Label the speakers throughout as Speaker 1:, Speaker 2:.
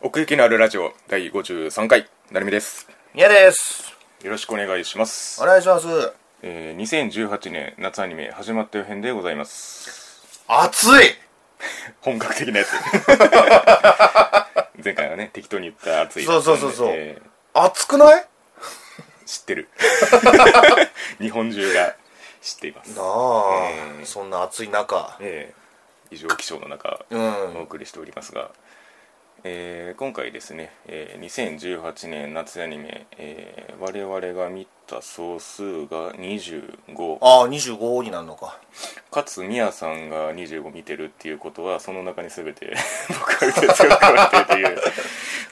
Speaker 1: 奥行きのあるラジオ第53回なるみです
Speaker 2: 宮です
Speaker 1: よろしくお願いします
Speaker 2: お、願いします
Speaker 1: えー、2018年夏アニメ始まったよ編でござい ます
Speaker 2: 暑い
Speaker 1: 本格的なやつ 前回はね適当に言った熱い
Speaker 2: そうそうそうそう
Speaker 1: え
Speaker 2: 暑くない
Speaker 1: ー知 ってる日本中が知っています
Speaker 2: なあ、
Speaker 1: えー
Speaker 2: そんな暑い中
Speaker 1: えー、異常気象の中
Speaker 2: う
Speaker 1: お
Speaker 2: ん
Speaker 1: 送りしておりますが、えー今回ですね、えー2018年夏アニメ、えー我々が見た総数が25
Speaker 2: ああ25になるのか
Speaker 1: かつみやさんが25見てるっていうことはその中に全て 僕が手伝ってるという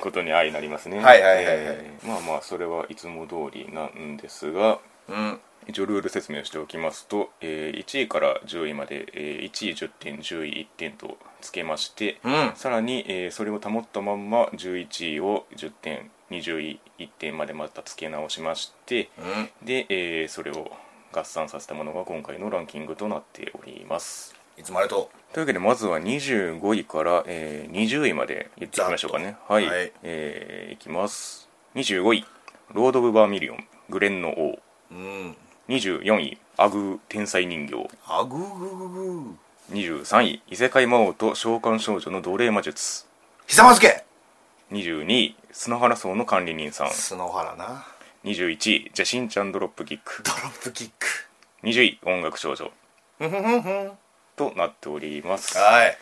Speaker 1: ことに相なりますね
Speaker 2: はいはいはいはい
Speaker 1: えーまあまあそれはいつも通りなんですが
Speaker 2: うん
Speaker 1: 一応ルール説明をしておきますと、えー1位から10位まで、えー1位10点10位1点とつけまして、
Speaker 2: うん
Speaker 1: さらに、えーそれを保ったまんま11位を10点20位1点までまた付け直しまして
Speaker 2: うん
Speaker 1: で、えーそれを合算させたものが今回のランキングとなっております
Speaker 2: いつもありがと
Speaker 1: というわけでまずは25位から、えー20位まで言っていきましょうかね
Speaker 2: ざっと
Speaker 1: はい、
Speaker 2: はい
Speaker 1: えーいきます25位「ロード・オブ・バーミリオングレンの王
Speaker 2: ううん」
Speaker 1: 24位「アグー天才人形
Speaker 2: あぐーぐーぐーぐー」
Speaker 1: 23位「異世界魔王と召喚少女の奴隷魔術」
Speaker 2: ひさまずけ
Speaker 1: 22位砂原荘の管理人さん
Speaker 2: 篠原な
Speaker 1: 21位ジェシンちゃんドロップキック
Speaker 2: ドロップキック
Speaker 1: 20位音楽少女
Speaker 2: ふんふんふんふん
Speaker 1: となっております
Speaker 2: はい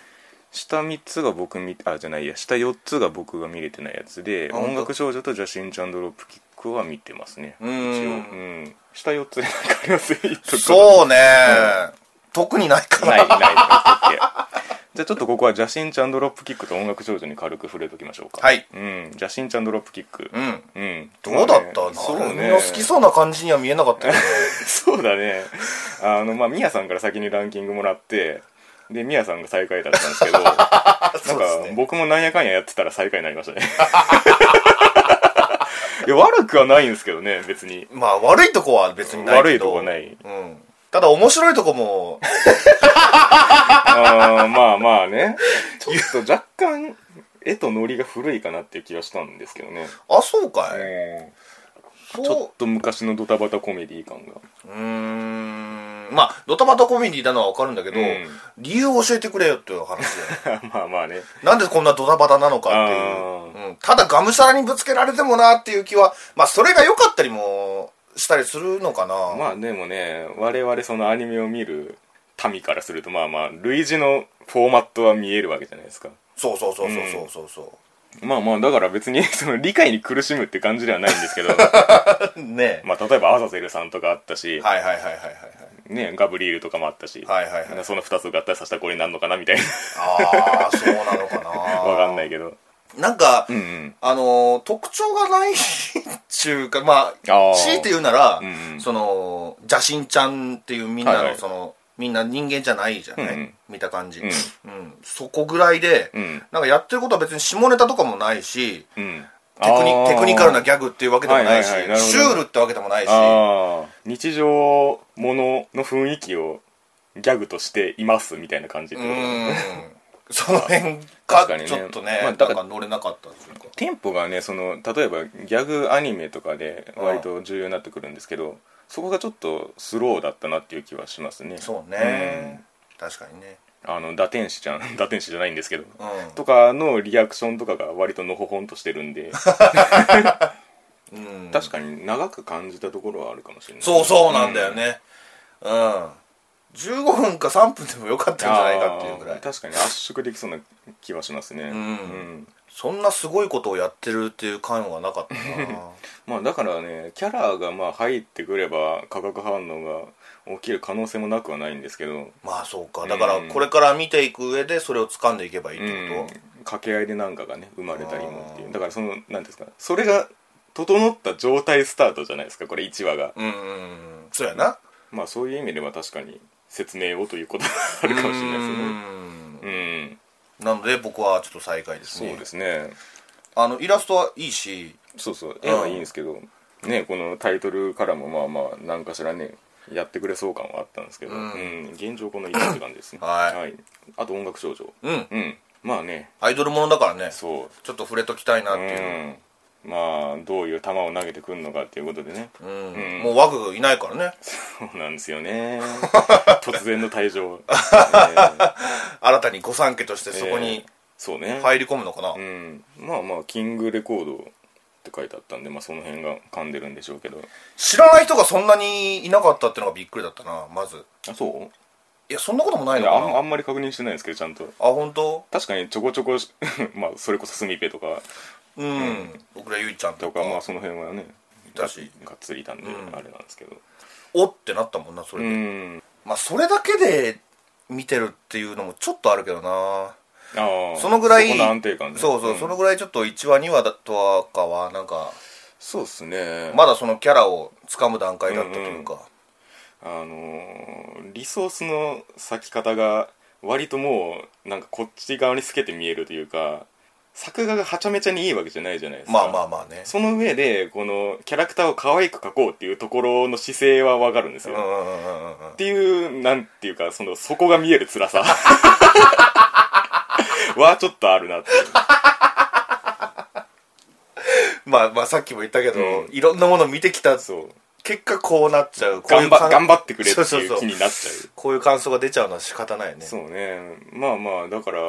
Speaker 1: 下3つが僕見あじゃないや下4つが僕が見れてないやつで
Speaker 2: あ本当
Speaker 1: 音楽少女とジェシンちゃんドロップキックは見てますね一
Speaker 2: う
Speaker 1: 応うんん下4つでなんかありますいいとこ
Speaker 2: そうね、特にないか
Speaker 1: な
Speaker 2: な
Speaker 1: いないないじゃあちょっとここはジャシンちゃんドロップキックと音楽少女に軽く触れときましょうか
Speaker 2: はい
Speaker 1: うんジャシンちゃんドロップキック
Speaker 2: うん
Speaker 1: うん
Speaker 2: どうだった、
Speaker 1: まあねそう
Speaker 2: なるみ
Speaker 1: ね
Speaker 2: の好きそうな感じには見えなかったけど
Speaker 1: そうだね。あの、まあ、みやさんから先にランキングもらって、で、みやさんが最下位だったんですけど、なんか、
Speaker 2: そうですね
Speaker 1: 僕もなんやかんややってたら最下位になりましたね。いや、悪くはないんですけどね、別に。
Speaker 2: まあ悪いとこは別にない
Speaker 1: 悪
Speaker 2: け
Speaker 1: いと
Speaker 2: ど
Speaker 1: こない。
Speaker 2: うんただ面白いとこも
Speaker 1: あーまあまあね。ちょっと若干、絵とノリが古いかなっていう気がしたんですけどね。
Speaker 2: あそうかい、そう
Speaker 1: ちょっと昔のドタバタコメディ感が。
Speaker 2: うーんまあドタバタコメディなのは分かるんだけど、
Speaker 1: うん
Speaker 2: 理由を教えてくれよっていう話だよ
Speaker 1: まあまあね。
Speaker 2: なんでこんなドタバタなのかって
Speaker 1: あ
Speaker 2: いう、うん、ただがむしゃらにぶつけられてもなっていう気はまあそれが良かったりもしたりするのかな、
Speaker 1: まあでもね我々そのアニメを見る民からするとまあまあ類似のフォーマットは見えるわけじゃないですか
Speaker 2: そうそうそうそうそうそうそ
Speaker 1: まあまあだから別に その理解に苦しむって感じではないんですけど
Speaker 2: う、 ね
Speaker 1: まあ例えばアザゼルさんとかあったし、
Speaker 2: はいはいはいはいはい
Speaker 1: ね、ガブリールとかもあったし、
Speaker 2: はいはいはいはい
Speaker 1: その2つを合体させたらこれになるのかなみたい
Speaker 2: ああそうなのかな
Speaker 1: なわかんないけど
Speaker 2: なんか、
Speaker 1: うんうん
Speaker 2: あのー特徴がない っちゅうかま
Speaker 1: あー
Speaker 2: あ強いて言うなら、
Speaker 1: うんうん
Speaker 2: その邪神ちゃんっていうみんなの、
Speaker 1: はいはい
Speaker 2: そのみんな人間じゃないじゃない、
Speaker 1: うんうん
Speaker 2: 見た感じ、
Speaker 1: う
Speaker 2: うんんそこぐらいで、
Speaker 1: うん
Speaker 2: なんかやってることは別に下ネタとかもないし
Speaker 1: うん
Speaker 2: テクニテクニカルなギ
Speaker 1: ャ
Speaker 2: ャグっていうわけでもないし、
Speaker 1: はいはいはいなるほど
Speaker 2: シュールってわけでもないし
Speaker 1: あー日常ものの雰囲気をギャグとしていますみたいな感じって
Speaker 2: う
Speaker 1: ことですね
Speaker 2: んその辺
Speaker 1: 確
Speaker 2: が
Speaker 1: かにね
Speaker 2: ちょっと
Speaker 1: ま
Speaker 2: ね
Speaker 1: あ
Speaker 2: なん
Speaker 1: だから
Speaker 2: か乗れなかったっていうか
Speaker 1: テンポがねその例えばギャグアニメとかで割と重要になってくるんですけどそこがちょっとスローだったなっていう気はしますね
Speaker 2: そうね、確かにね
Speaker 1: うんあの打天使ちゃん 打天使じゃないんですけど、
Speaker 2: うん
Speaker 1: とかのリアクションとかが割とのほほんとしてるん で
Speaker 2: うん
Speaker 1: 確かに長く感じたところはあるかもしれない
Speaker 2: そうそうなんだよねうん、15分か3分でもよかったんじゃないかっていうぐら
Speaker 1: あ
Speaker 2: い
Speaker 1: ー確かに圧縮できそうな気はしますね
Speaker 2: んそんなすごいことをやってるっていう感はなかったな
Speaker 1: まあだからねキャラがまあ入ってくれば化学反応が起きる可能性もなくはないんですけど
Speaker 2: まあそうかだから
Speaker 1: うん
Speaker 2: これから見ていく上でそれを掴んでいけばいいって
Speaker 1: うん
Speaker 2: こ、
Speaker 1: 掛け合いでなんかがね生まれたりもってい
Speaker 2: あ
Speaker 1: う
Speaker 2: ー
Speaker 1: だからその何ていうんですかそれが整った状態スタートじゃないですかこれ1話が
Speaker 2: とうん、うんそうやな
Speaker 1: まあそういう意味では確かに説明をということがあるかもしれないですよね
Speaker 2: うん
Speaker 1: うん、
Speaker 2: なので僕はちょっと最下位ですね
Speaker 1: そうですね
Speaker 2: あのイラストはいいし
Speaker 1: そうそう絵はいいんですけどねこのタイトルからもまあまあ何かしらねやってくれそう感はあったんですけど、う
Speaker 2: うんん
Speaker 1: 現状この1って感じですね
Speaker 2: はい
Speaker 1: あと音楽少女
Speaker 2: うん
Speaker 1: うんまあね
Speaker 2: アイドルものだからね
Speaker 1: そ
Speaker 2: ちょっと触れときたいなっ
Speaker 1: うう
Speaker 2: ていう、
Speaker 1: んまあどういう球を投げてくるのかっていうことでね
Speaker 2: うん
Speaker 1: うん
Speaker 2: もうワグいないからね
Speaker 1: そうなんですよ ね突然の退 場、ね
Speaker 2: 新たに御三家としてそこ
Speaker 1: えー
Speaker 2: に
Speaker 1: そうね
Speaker 2: 入り込むのかな、
Speaker 1: うん、まあまあキングレコードって書いてあったんで、まあ、その辺が噛んでるんでしょうけど
Speaker 2: 知らない人がそんなにいなかったっていうのがびっくりだったなまず
Speaker 1: あそう
Speaker 2: いやそんなこともない
Speaker 1: い
Speaker 2: の
Speaker 1: や
Speaker 2: か
Speaker 1: あん
Speaker 2: な
Speaker 1: あ
Speaker 2: あ
Speaker 1: んまり確認してないんですけどちゃんと
Speaker 2: 本当
Speaker 1: 確かにちょこちょ こまあそれこそスミペとか
Speaker 2: うん、僕らゆいちゃんと
Speaker 1: と
Speaker 2: か
Speaker 1: かまあその辺はね
Speaker 2: いたし
Speaker 1: がっつりいたんで
Speaker 2: うん
Speaker 1: あれなんですけど
Speaker 2: おってなったもんなそれ
Speaker 1: う
Speaker 2: で、
Speaker 1: ん
Speaker 2: まあそれだけで見てるっていうのもちょっとあるけどな
Speaker 1: ああ
Speaker 2: そのぐらい
Speaker 1: そこの安定感ね
Speaker 2: そうそう、
Speaker 1: ん
Speaker 2: そのぐらいちょっと1話2話だとはかはなんか
Speaker 1: そうっすね
Speaker 2: まだそのキャラを掴む段階だったというか、
Speaker 1: あのーリソースの割き方が割ともうなんかこっち側に透けて見えるというか作画がはちゃめちゃにいいわけじゃないじゃないですか
Speaker 2: まあまあまあね
Speaker 1: その上でこのキャラクターを可愛く描こうっていうところの姿勢はわかるんです
Speaker 2: うん
Speaker 1: よ、
Speaker 2: う
Speaker 1: っ
Speaker 2: んうんうんうんうん
Speaker 1: ていうなんていうかその底が見える辛 さはちょっとあるなっていう
Speaker 2: まあまあさっきも言ったけど、
Speaker 1: うん
Speaker 2: いろんなもの見てきた
Speaker 1: そう
Speaker 2: 結果こうなっちゃうこうい
Speaker 1: 頑
Speaker 2: う感
Speaker 1: 張頑張ってくれって
Speaker 2: そう
Speaker 1: い
Speaker 2: そうう
Speaker 1: 気
Speaker 2: そう
Speaker 1: になっちゃう
Speaker 2: こういう感想が出ちゃうのは仕方ないね
Speaker 1: そうねまあまあだから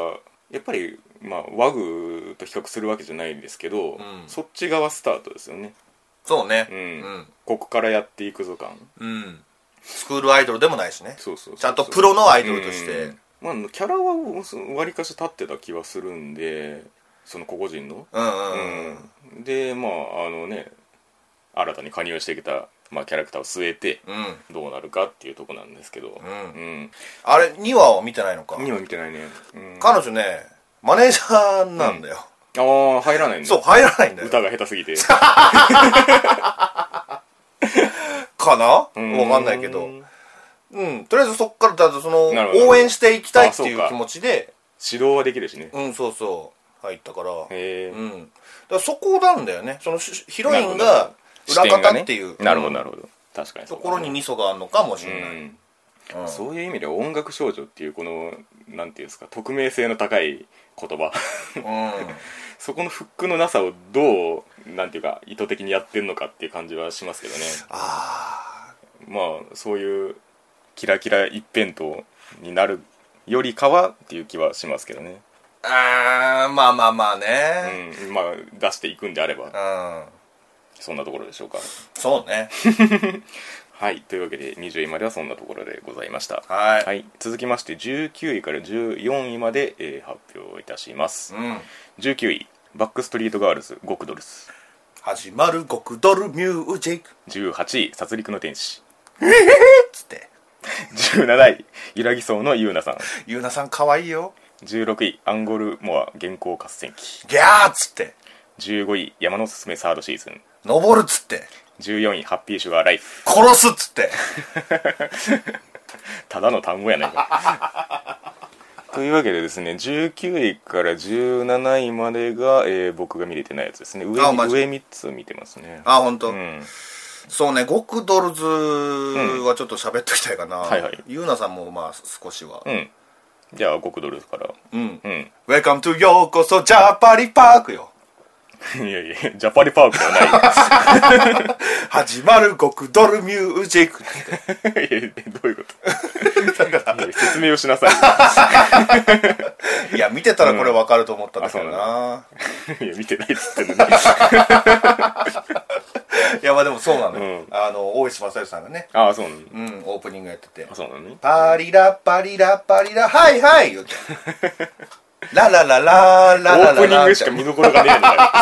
Speaker 1: やっぱり、まあ、和具と比較するわけじゃないんですけど、
Speaker 2: ん
Speaker 1: そっち側スタートですよね
Speaker 2: そうね
Speaker 1: うん、ここからやっていくぞ感
Speaker 2: うん、うんスクールアイドルでもないしね
Speaker 1: そうそうそう
Speaker 2: ちゃんとプロのアイドルとして、
Speaker 1: うんまあ、キャラはそう割かし立ってた気はするんでその個々人の
Speaker 2: うんうんうん
Speaker 1: うんでまああのね新たに加入してきた、まあ、キャラクターを据えて
Speaker 2: うん、
Speaker 1: どうなるかっていうとこなんですけど
Speaker 2: ん
Speaker 1: うん、
Speaker 2: あれ2話を見てないのか
Speaker 1: 今見てないね、うん、あ
Speaker 2: 彼女ねマネージャーなんだよ、
Speaker 1: あ入らないんだ
Speaker 2: そう入らないんだよ
Speaker 1: 歌が下手すぎ て
Speaker 2: かな
Speaker 1: うん
Speaker 2: 分かんないけどうんとりあえずそっからだとその
Speaker 1: なるほど
Speaker 2: 応援していきたいってい
Speaker 1: あそう
Speaker 2: う
Speaker 1: か
Speaker 2: 気持ちで
Speaker 1: 指導はできるしね
Speaker 2: うんそうそう入ったからうん
Speaker 1: へえ
Speaker 2: だからそこなんだよねそのしヒロイ
Speaker 1: なるほ
Speaker 2: ンが裏
Speaker 1: 視点が
Speaker 2: 方
Speaker 1: ね
Speaker 2: っていう
Speaker 1: なるほど
Speaker 2: うん
Speaker 1: なるほど確かに
Speaker 2: と
Speaker 1: う
Speaker 2: ころにミソがあるのかもし
Speaker 1: う
Speaker 2: れない
Speaker 1: ん
Speaker 2: うん
Speaker 1: そういう意味では音楽少女っていうこのなんていうんですか匿名性の高い言葉
Speaker 2: う
Speaker 1: そこのフックのなさをどうなんていうか意図的にやってんのかっていう感じはしますけどねまあそういうキラキラ一辺倒になるよりかはっていう気はしますけどね、
Speaker 2: あーまあまあまあね
Speaker 1: うん、まあ出していくんであれば
Speaker 2: うん
Speaker 1: そんなところでしょうか
Speaker 2: そうね
Speaker 1: はいというわけで20位まではそんなところでございました
Speaker 2: はい
Speaker 1: はい、続きまして19位から14位まで、えー発表いたします、
Speaker 2: うん
Speaker 1: 19位バックストリートガールズ極ドルス
Speaker 2: 始まる極ドルミュージック
Speaker 1: 18位殺戮の天使
Speaker 2: つって
Speaker 1: 17位揺らぎそうのゆうなさん
Speaker 2: ゆうなさんかわいいよ
Speaker 1: 16位アンゴルモア現行合戦記
Speaker 2: ギャーっつって
Speaker 1: 15位山のすすめサードシーズン
Speaker 2: 登るっつって
Speaker 1: 14位ハッピーシュガーライフ
Speaker 2: 殺すっつって
Speaker 1: ただの単語やないか というわけでですね19位から17位までが、えー僕が見れてないやつですね上
Speaker 2: あマジ
Speaker 1: 上3つ見てますね
Speaker 2: あ本当、
Speaker 1: うん
Speaker 2: そうね極ドルズはちょっと喋っときたいかな、
Speaker 1: はいはい
Speaker 2: ゆうなさんもまあ少しは
Speaker 1: うん。じゃあ、極ドルから。
Speaker 2: うん
Speaker 1: うん。
Speaker 2: 「Welcome to ようこそジャパリパークよ
Speaker 1: いやいや、ジャパリパークでは
Speaker 2: 始まる極ドルミュージ ック」
Speaker 1: ない。いやどういうこといや説明をしなさい。
Speaker 2: いや見てたらこれ分かると思ったんだけど
Speaker 1: うん
Speaker 2: な、
Speaker 1: いや、見てないっつってんのに。
Speaker 2: いやまあでもそうなのよ、
Speaker 1: うん
Speaker 2: あの大石正義さんがね
Speaker 1: ああ、そうなの。
Speaker 2: うんオープニングやってて
Speaker 1: あ、そうなのね。
Speaker 2: パリラパリラパリラは いはいよラララララ
Speaker 1: オ
Speaker 2: ラララ
Speaker 1: ープニングしか見どころがねえんだ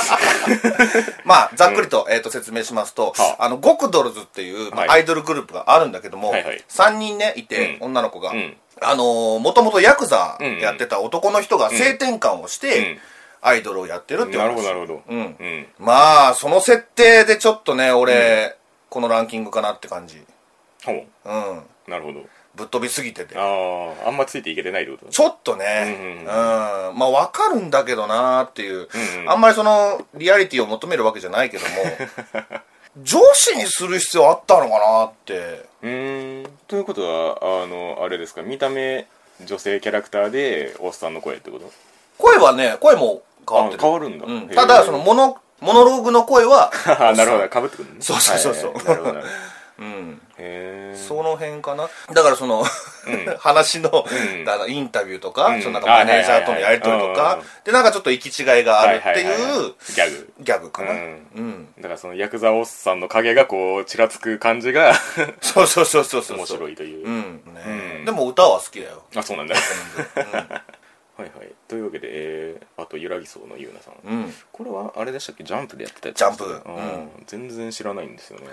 Speaker 2: まあざっくりと,、えー、と説明しますと、
Speaker 1: はあ
Speaker 2: あのゴクドルズっていう、まあ
Speaker 1: はい
Speaker 2: アイドルグループがあるんだけども、
Speaker 1: はいはい
Speaker 2: 3人ねいて、
Speaker 1: うん
Speaker 2: 女の子が、
Speaker 1: うん
Speaker 2: あのー、もともとヤクザやってた男の人が性転換をして、
Speaker 1: うん
Speaker 2: アイドルをやってるっていう
Speaker 1: なるほ
Speaker 2: 話
Speaker 1: ど、なるほど。
Speaker 2: うん
Speaker 1: うん。
Speaker 2: まあその設定でちょっとね俺、このランキングかなって感じ
Speaker 1: ほう。
Speaker 2: うん
Speaker 1: なるほど。
Speaker 2: ぶっ飛びすぎてて
Speaker 1: ああ、あんまついていけてないってこと
Speaker 2: ちょっとね、
Speaker 1: う
Speaker 2: うんん
Speaker 1: うん
Speaker 2: まあわかるんだけどなーっていう、
Speaker 1: うんうん
Speaker 2: あんまりそのリアリティを求めるわけじゃない けども、女子にする必要あったのかなって、
Speaker 1: うーん。ということは、あの、あれですか、見た目、女性キャラクターで、おっさんの声ってこと
Speaker 2: 声はね声も変わって
Speaker 1: あ
Speaker 2: る
Speaker 1: 変わるんだ、
Speaker 2: うん、
Speaker 1: へえ
Speaker 2: ただそのモノモノローグの声 は
Speaker 1: あなるほどかぶってくるね
Speaker 2: そうそうそうそう
Speaker 1: はいはいはいなるほどなるほど
Speaker 2: うん
Speaker 1: へえ
Speaker 2: その辺かなだからその、
Speaker 1: う
Speaker 2: 話の,、
Speaker 1: うん
Speaker 2: あのインタビューとか,、
Speaker 1: うん
Speaker 2: そのなんかマネージャーとのやり取り
Speaker 1: はい
Speaker 2: と
Speaker 1: はいはい
Speaker 2: か
Speaker 1: うん
Speaker 2: でなんかちょっと行き違いがあるって
Speaker 1: はいはいはいいうギャグ
Speaker 2: ギャグか
Speaker 1: う
Speaker 2: な、うんん
Speaker 1: だからそのヤクザおっさんの影がこうちらつく感じが
Speaker 2: そうそうそうそうそう
Speaker 1: 面白
Speaker 2: い、
Speaker 1: いという、
Speaker 2: うんね
Speaker 1: うん
Speaker 2: でも歌は好きだよ、
Speaker 1: あそうなんだ
Speaker 2: う
Speaker 1: はいはいというわけで、えー、あとゆらぎそうのゆうなさん
Speaker 2: んうん、
Speaker 1: これはあれでしたっけジャンプでやってたやつ
Speaker 2: ジャンプ
Speaker 1: うん
Speaker 2: う
Speaker 1: 全然知らないんですよね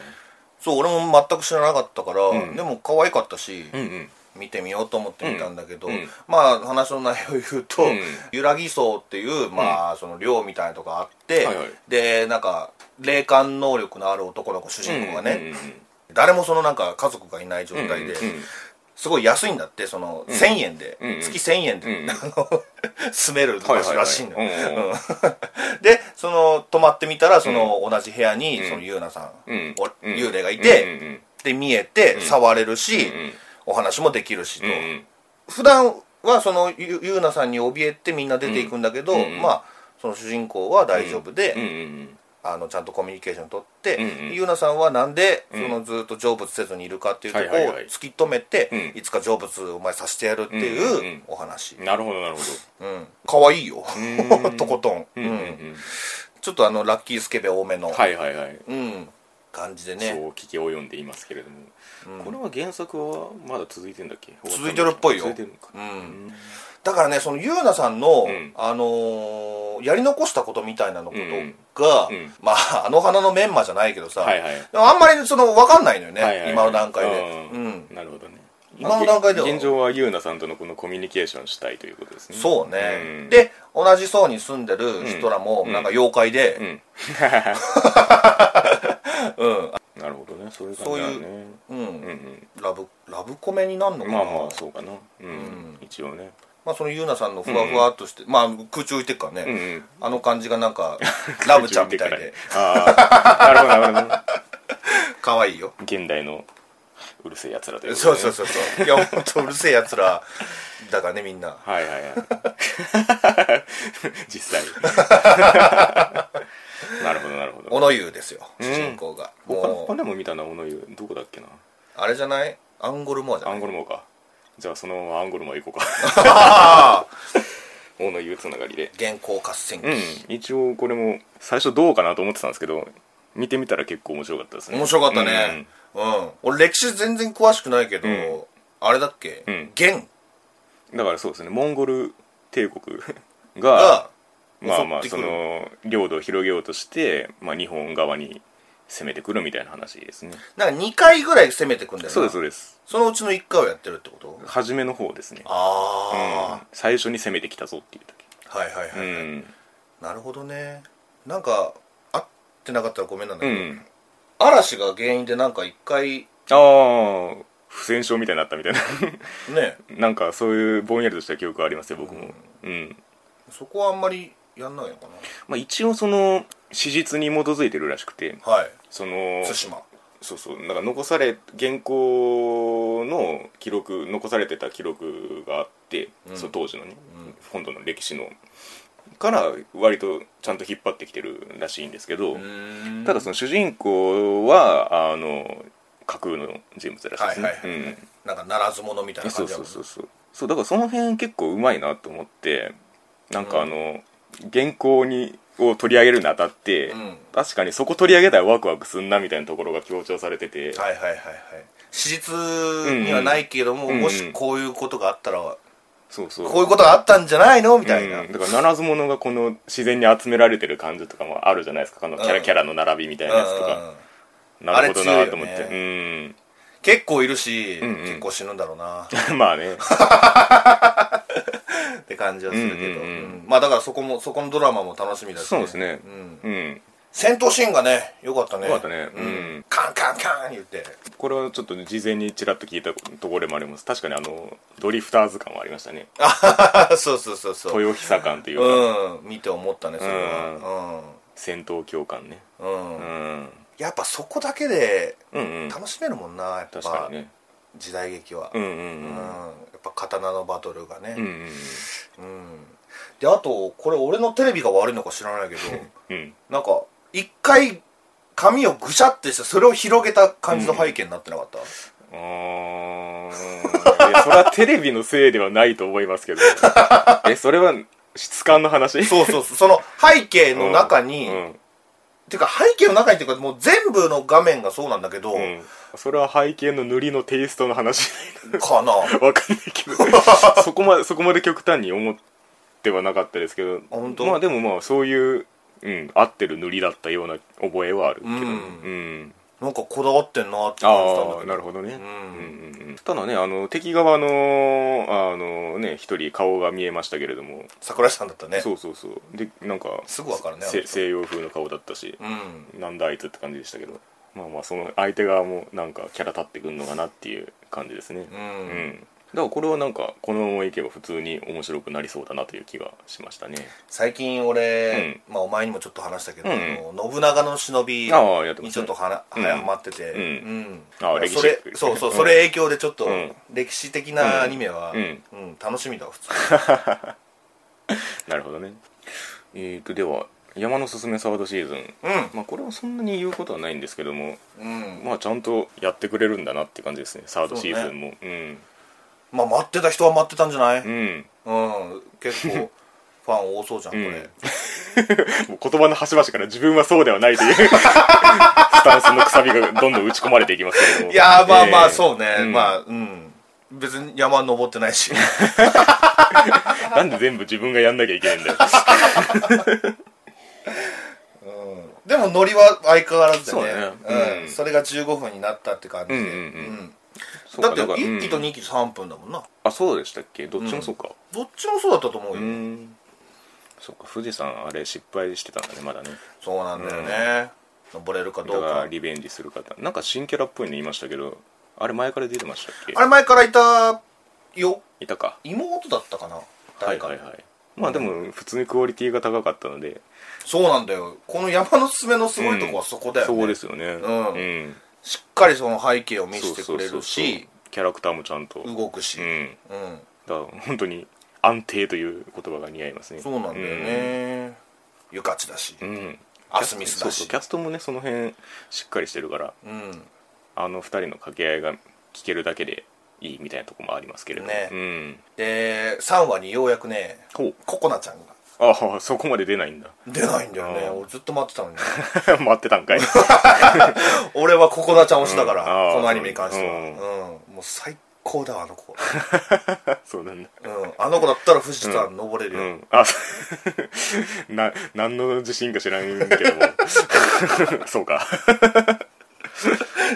Speaker 2: そう俺も全く知らなかったから、
Speaker 1: うん
Speaker 2: でも可愛かったし、
Speaker 1: うんうん
Speaker 2: 見てみようと思って見たんだけど、
Speaker 1: うんうん
Speaker 2: まあ話の内容を言うと、
Speaker 1: うん
Speaker 2: ゆらぎ荘っていう、まあ、その寮みたいなとこあって、
Speaker 1: はいはい
Speaker 2: でなんか霊感能力のある男の子主人公がね、
Speaker 1: うんうん
Speaker 2: 誰もそのなんか家族がいない状
Speaker 1: うん
Speaker 2: 態で、
Speaker 1: うんうん
Speaker 2: すごい安いんだってその、
Speaker 1: ん
Speaker 2: 1000円で、
Speaker 1: うんうん
Speaker 2: 月1000円で、
Speaker 1: うん
Speaker 2: あの住め
Speaker 1: は
Speaker 2: る
Speaker 1: い
Speaker 2: 場
Speaker 1: は
Speaker 2: 所
Speaker 1: いは
Speaker 2: らしいのよ、
Speaker 1: いうんうん
Speaker 2: でその泊まってみたらその、同じ部屋に、そのゆうなさん、
Speaker 1: うん
Speaker 2: お
Speaker 1: うん
Speaker 2: 幽霊がいて、
Speaker 1: うんうん
Speaker 2: で見えて、触れるし、
Speaker 1: うん
Speaker 2: お話もできるしと、
Speaker 1: うんうん
Speaker 2: 普段はそのゆゆうなさんに怯えてみんな出ていくんだけど、
Speaker 1: うんうん
Speaker 2: まあその主人公は大丈夫で、
Speaker 1: うんうん
Speaker 2: あのちゃんとコミュニケーション取って、
Speaker 1: うんうん
Speaker 2: ゆうなさんはなんで、
Speaker 1: うん
Speaker 2: そのずっと成仏せずにいるかっていうとこ
Speaker 1: はいは
Speaker 2: ろ
Speaker 1: い
Speaker 2: を
Speaker 1: はい
Speaker 2: 突き止めて、
Speaker 1: う
Speaker 2: い
Speaker 1: ん
Speaker 2: つか成仏お前させてやるって
Speaker 1: うんうんう
Speaker 2: いうんお話
Speaker 1: うんなるほどなるほど
Speaker 2: うん可愛、いよ
Speaker 1: ーん
Speaker 2: とことん、
Speaker 1: う
Speaker 2: うんん
Speaker 1: うんうん
Speaker 2: ちょっとあのラッキースケベ多めの、
Speaker 1: はいはいはい
Speaker 2: うん、感じでね
Speaker 1: そう聞き及んでいますけれども、これは原作はまだ続いてんだっけ
Speaker 2: 続いてるっぽいよ
Speaker 1: 終わたんだっけ続いてるのか
Speaker 2: うんだからねそのゆうなさんの、
Speaker 1: うん
Speaker 2: あのーやり残したことみたいなのこ
Speaker 1: うん
Speaker 2: とが、
Speaker 1: うん
Speaker 2: まああの花のメンマじゃないけどさ、
Speaker 1: はいはい
Speaker 2: でもあんまりその分かんないのよね、
Speaker 1: はいはいはい
Speaker 2: 今の段階で、
Speaker 1: う
Speaker 2: うんん
Speaker 1: なるほどね
Speaker 2: 今の段階では
Speaker 1: 現状はゆうなさんとのこのコミュニケーションしたいということですね
Speaker 2: そうね、
Speaker 1: ん
Speaker 2: で同じ層に住んでる人らも
Speaker 1: うん
Speaker 2: なんか 妖怪
Speaker 1: う
Speaker 2: で、
Speaker 1: ん
Speaker 2: うん
Speaker 1: なるほどねそういう感じだね
Speaker 2: そううん
Speaker 1: うんうん
Speaker 2: ラブラブコメになるのか
Speaker 1: ま
Speaker 2: な、
Speaker 1: あ
Speaker 2: まあ
Speaker 1: まあそうかなうん、
Speaker 2: ん
Speaker 1: 一応ね
Speaker 2: そのゆうなさんのふわふわっとして、まあ空中浮いてっから
Speaker 1: う
Speaker 2: ね、
Speaker 1: んうん
Speaker 2: あの感じがな んかラブちゃんみたいで
Speaker 1: あ あなるほどなるほどね
Speaker 2: 可愛いよ
Speaker 1: 現代のうるせえやつらということで
Speaker 2: そう
Speaker 1: ね
Speaker 2: そうそうそういやほんとうるせえやつらだからねみんな
Speaker 1: はいはいはい 実際なるほどなるほど
Speaker 2: 小野湯ですよ
Speaker 1: うん
Speaker 2: 主人公が、
Speaker 1: 他の
Speaker 2: も
Speaker 1: 他
Speaker 2: う
Speaker 1: でも見たな小野湯どこだっけな
Speaker 2: あれじゃないアンゴルモアじゃ
Speaker 1: ア
Speaker 2: ない
Speaker 1: ンゴルモかじゃあそのままアンゴルモ行こうか
Speaker 2: ああ
Speaker 1: 小野湯つながりで
Speaker 2: 原稿合戦記、
Speaker 1: うん一応これも最初どうかなと思ってたんですけど見てみたら結構面白かったですね
Speaker 2: 面白かったね、うん俺歴史全然詳しくないけど、
Speaker 1: ん
Speaker 2: あれだっけ、
Speaker 1: うん
Speaker 2: 元
Speaker 1: うんだからそうですねモンゴル帝国
Speaker 2: が
Speaker 1: がまあまあ
Speaker 2: 襲っ
Speaker 1: そ
Speaker 2: てくる
Speaker 1: の領土を広げようとして、まあ、日本側に攻めてくるみたいな話ですね
Speaker 2: なんか2回ぐらい攻めてくんだよな
Speaker 1: そうですそうです
Speaker 2: そのうちの1回をやってるってこと
Speaker 1: 初めの方ですねう
Speaker 2: あ
Speaker 1: ん最初に攻めてきたぞっていう
Speaker 2: あ、はいはい
Speaker 1: 時う
Speaker 2: はい、
Speaker 1: ん
Speaker 2: なるほどねなんか合ってなかったらごめんなんだ
Speaker 1: う
Speaker 2: けど、
Speaker 1: ん
Speaker 2: 嵐が原因でなんか1回
Speaker 1: ああ不戦勝みたいになったみたいな
Speaker 2: ね
Speaker 1: なんかそういうぼんやりとした記憶はありますよ僕もうん、
Speaker 2: そこはあんまりやんないのかな
Speaker 1: まあ、一応その史実に基づいてるらしくて
Speaker 2: はい
Speaker 1: その
Speaker 2: 対馬
Speaker 1: そうそうなんか残され現行の記録残されてた記録があって、
Speaker 2: うん
Speaker 1: その当時のね、
Speaker 2: うん
Speaker 1: 本土の歴史のから割とちゃんと引っ張ってきてるらしいんですけど、ただその主人公はあの架空の人物らしいですね、
Speaker 2: はいはいはいなんかならず者みたい
Speaker 1: うん、
Speaker 2: な
Speaker 1: そ
Speaker 2: 感
Speaker 1: う
Speaker 2: じだ
Speaker 1: そうん
Speaker 2: もね
Speaker 1: そうそうそうだからその辺結構うまいなと思ってなんかあの、原稿にを取り上げるにあたって、
Speaker 2: うん
Speaker 1: 確かにそこ取り上げたらワクワクすんなみたいなところが強調されてて、
Speaker 2: はいはいはいはい史実にはないけれども、
Speaker 1: うんうん
Speaker 2: もしこういうことがあったら、
Speaker 1: そうそう
Speaker 2: こういうことがあったんじゃないのみたいな、
Speaker 1: うんだからならず者がこの自然に集められてる感じとかもあるじゃないですかこのキャラ,、
Speaker 2: うん
Speaker 1: キャラの並びみたいなやつとか、
Speaker 2: うん
Speaker 1: なるほどなと思っ
Speaker 2: あ
Speaker 1: て、
Speaker 2: れ強
Speaker 1: うん
Speaker 2: 結構いるし、
Speaker 1: んうん
Speaker 2: 結構死ぬんだろうな
Speaker 1: まあね
Speaker 2: って感じはするけど、
Speaker 1: うんうんうん
Speaker 2: うんまあだからそこもそこのドラマも楽しみだし、
Speaker 1: そうですね
Speaker 2: うん
Speaker 1: うん
Speaker 2: 戦闘シーンがねよかったね
Speaker 1: よかったねうん
Speaker 2: カンカンカン言って
Speaker 1: これはちょっと事前にちらっと聞いたところでもあります確かにあのドリフターズ感はありましたね
Speaker 2: あそうそうそうそう
Speaker 1: 豊久感というか、
Speaker 2: うん見て思ったねそれは
Speaker 1: 戦闘教官ね、
Speaker 2: うん、うん
Speaker 1: うん、うん
Speaker 2: やっぱそこだけで
Speaker 1: うん
Speaker 2: 楽しめるもんなやっ
Speaker 1: 確か
Speaker 2: ぱ、
Speaker 1: にね
Speaker 2: 時代劇は、
Speaker 1: うんう
Speaker 2: うん
Speaker 1: ん
Speaker 2: やっぱ刀のバトルが
Speaker 1: うんうん
Speaker 2: ね、
Speaker 1: うん
Speaker 2: うんであとこれ俺のテレビが悪いのか知らないけど
Speaker 1: うん
Speaker 2: なんか一回紙をぐしゃってしてそれを広げた感じの背景になってなかった、
Speaker 1: うーんいやそれはテレビのせいではないと思いますけどえそれは質感の話
Speaker 2: そうそうそうその背景の中に、
Speaker 1: うん
Speaker 2: ていうか背景の中にっていうかもう全部の画面がそうなんだけど、
Speaker 1: うん、それは背景の塗りのテイストの話
Speaker 2: かな
Speaker 1: わかんないけどそこまでそこまで極端に思ってはなかったですけど
Speaker 2: 本当
Speaker 1: まあでもまあそういう、うん、合ってる塗りだったような覚えはあるけど、
Speaker 2: うん
Speaker 1: うん
Speaker 2: なんかこだわってんなって感じたん
Speaker 1: あ
Speaker 2: だ
Speaker 1: あ
Speaker 2: けど
Speaker 1: なるほどね、
Speaker 2: う
Speaker 1: うん
Speaker 2: ん
Speaker 1: うんうんただねあの敵側のあのね一人顔が見えましたけれども
Speaker 2: 桜井さんだったね
Speaker 1: そうそうそうでなんか
Speaker 2: すぐわかるねあの
Speaker 1: せ
Speaker 2: 人
Speaker 1: 西洋風の顔だったし
Speaker 2: う、ん
Speaker 1: なんだあいつって感じでしたけどまあまあその相手側もなんかキャラ立ってくんのかなっていう感じですね
Speaker 2: う、
Speaker 1: うんだからこれはなんかこのままいけば普通に面白くなりそうだなという気がしましたね
Speaker 2: 最近俺、まあお前にもちょっと話したけど、
Speaker 1: うん
Speaker 2: あの信長の忍び
Speaker 1: ああやってま
Speaker 2: に
Speaker 1: す
Speaker 2: ちょっ
Speaker 1: ね
Speaker 2: とはな、
Speaker 1: うん
Speaker 2: はまってて、
Speaker 1: うん
Speaker 2: うん
Speaker 1: ああ歴史
Speaker 2: それそうそう
Speaker 1: うん
Speaker 2: それ影響でちょっと
Speaker 1: うん
Speaker 2: 歴史的なアニメは、う
Speaker 1: うんん
Speaker 2: 楽しみだわ普通
Speaker 1: なるほどねえーとでは山のすすめサードシーズンまあこれはそんなに言うことはないんですけども
Speaker 2: うん、うん、
Speaker 1: まあちゃんとやってくれるんだなって感じですねサードシーズンもう,、
Speaker 2: まあ待ってた人は待ってたんじゃない、うん
Speaker 1: んうん
Speaker 2: 結構ファン多そうじゃんこれ、
Speaker 1: もう言葉の端々から自分はそうではないという スタンスのくさびがどんどん打ち込まれていきますけれども
Speaker 2: いやーまあまあ
Speaker 1: う
Speaker 2: そうね、
Speaker 1: ん
Speaker 2: まあうん別に山登っ てないし
Speaker 1: なんで全部自分がやんなきゃいけないんだよ
Speaker 2: でもノリは相変わらずで
Speaker 1: そ
Speaker 2: ね
Speaker 1: うだねう
Speaker 2: う、
Speaker 1: んん
Speaker 2: それが15分になったって感じで、
Speaker 1: うんうんうん そう
Speaker 2: だ
Speaker 1: か
Speaker 2: っ
Speaker 1: な
Speaker 2: て
Speaker 1: んか
Speaker 2: 1期と
Speaker 1: うん
Speaker 2: 2期3分だもんな、
Speaker 1: あそうでしたっけどっちもそうか
Speaker 2: どっちもそうだったと思う
Speaker 1: う
Speaker 2: よ、
Speaker 1: んそっか富士山あれ失敗してたんだねまだね
Speaker 2: そうなんだよね、登れるか
Speaker 1: だか
Speaker 2: どう
Speaker 1: ら
Speaker 2: か
Speaker 1: リベンジする方なんか新キャラっぽいの言いましたけどあれ前から出てましたっけ
Speaker 2: あれ前からいたよ
Speaker 1: いたか
Speaker 2: 妹だったかな
Speaker 1: は
Speaker 2: 誰
Speaker 1: い
Speaker 2: か、
Speaker 1: はいはいまあでも普通にクオリティが高かったので
Speaker 2: そうなんだよこの山のすすめのすごいとこはそこだよ、ね
Speaker 1: そこですよね
Speaker 2: うん
Speaker 1: うん
Speaker 2: しっかりその背景を見
Speaker 1: そ
Speaker 2: せ
Speaker 1: う
Speaker 2: て
Speaker 1: そ
Speaker 2: く
Speaker 1: う
Speaker 2: れ
Speaker 1: そ
Speaker 2: る
Speaker 1: うそう
Speaker 2: し
Speaker 1: キャラクターもちゃんとうん
Speaker 2: 動くし、うん
Speaker 1: だから本当に安定という言葉が似合いますね
Speaker 2: そうなんだよね、ゆかちだし、
Speaker 1: うんうん
Speaker 2: アスミス
Speaker 1: そ
Speaker 2: だ
Speaker 1: うそう
Speaker 2: し
Speaker 1: キャストもねその辺しっかりしてるから
Speaker 2: うん
Speaker 1: あの二人の掛け合いが聞けるだけでいいみたいなとこもありますけれども
Speaker 2: ね
Speaker 1: うん
Speaker 2: で3話にようやくね
Speaker 1: ほう
Speaker 2: ココナちゃんが
Speaker 1: ああそこまで出ないんだ
Speaker 2: 出ないんだよね
Speaker 1: あー
Speaker 2: 俺ずっと待ってたのに
Speaker 1: 待ってたんかい
Speaker 2: 俺はココナちゃん推しだから、
Speaker 1: うんあー
Speaker 2: このアニメに関してはう
Speaker 1: うん
Speaker 2: ん、もう最高だわあの子、
Speaker 1: そうなんだ
Speaker 2: うん、あの子だったら富士山登れる
Speaker 1: う
Speaker 2: よ、
Speaker 1: んあ そうな何の自信か知らんけども そうか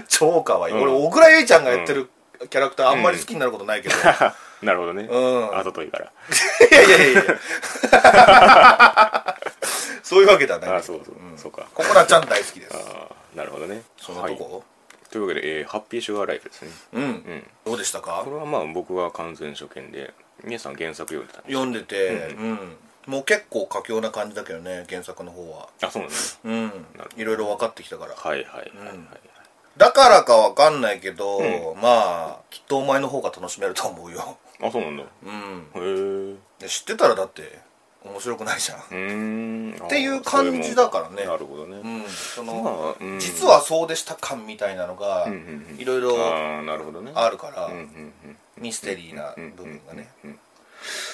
Speaker 2: 超可愛い、
Speaker 1: うん
Speaker 2: 俺小倉優衣ちゃんがやってるキャラクターあんまり好きになることないけど、
Speaker 1: なるほどね
Speaker 2: うん
Speaker 1: あざといから
Speaker 2: いやいやい やいやそういうわけではない
Speaker 1: あ
Speaker 2: け
Speaker 1: そ
Speaker 2: ど
Speaker 1: うそうそうか
Speaker 2: ココナちゃん大好きです
Speaker 1: ああなるほどね
Speaker 2: そのと
Speaker 1: はい
Speaker 2: こ、
Speaker 1: というわけでえーハッピーシュガーライフですね
Speaker 2: うん、
Speaker 1: うん
Speaker 2: どうでしたか
Speaker 1: これはまあ僕は完全初見で皆さん原作読んでたんです
Speaker 2: 読んでて、うんもう結構佳境な感じだけどね原作の方は
Speaker 1: あそうなんです
Speaker 2: うん
Speaker 1: ほど
Speaker 2: いろいろ分かってきたから
Speaker 1: はいはいはいは
Speaker 2: うん
Speaker 1: い
Speaker 2: だからか分かんないけど、まあきっとお前の方が楽しめると思うよ、
Speaker 1: あそうなんだへ
Speaker 2: うん、
Speaker 1: え
Speaker 2: で知ってたらだって面白くないじゃん、
Speaker 1: うーんって
Speaker 2: いう感じだからね
Speaker 1: なるほどね、
Speaker 2: うん、その、
Speaker 1: まあうん
Speaker 2: 実はそうでした感みたいなのが
Speaker 1: うんうんうん
Speaker 2: いろいろ
Speaker 1: ああなるほどね
Speaker 2: あるから、
Speaker 1: うんうんうん
Speaker 2: ミステリーな部分がね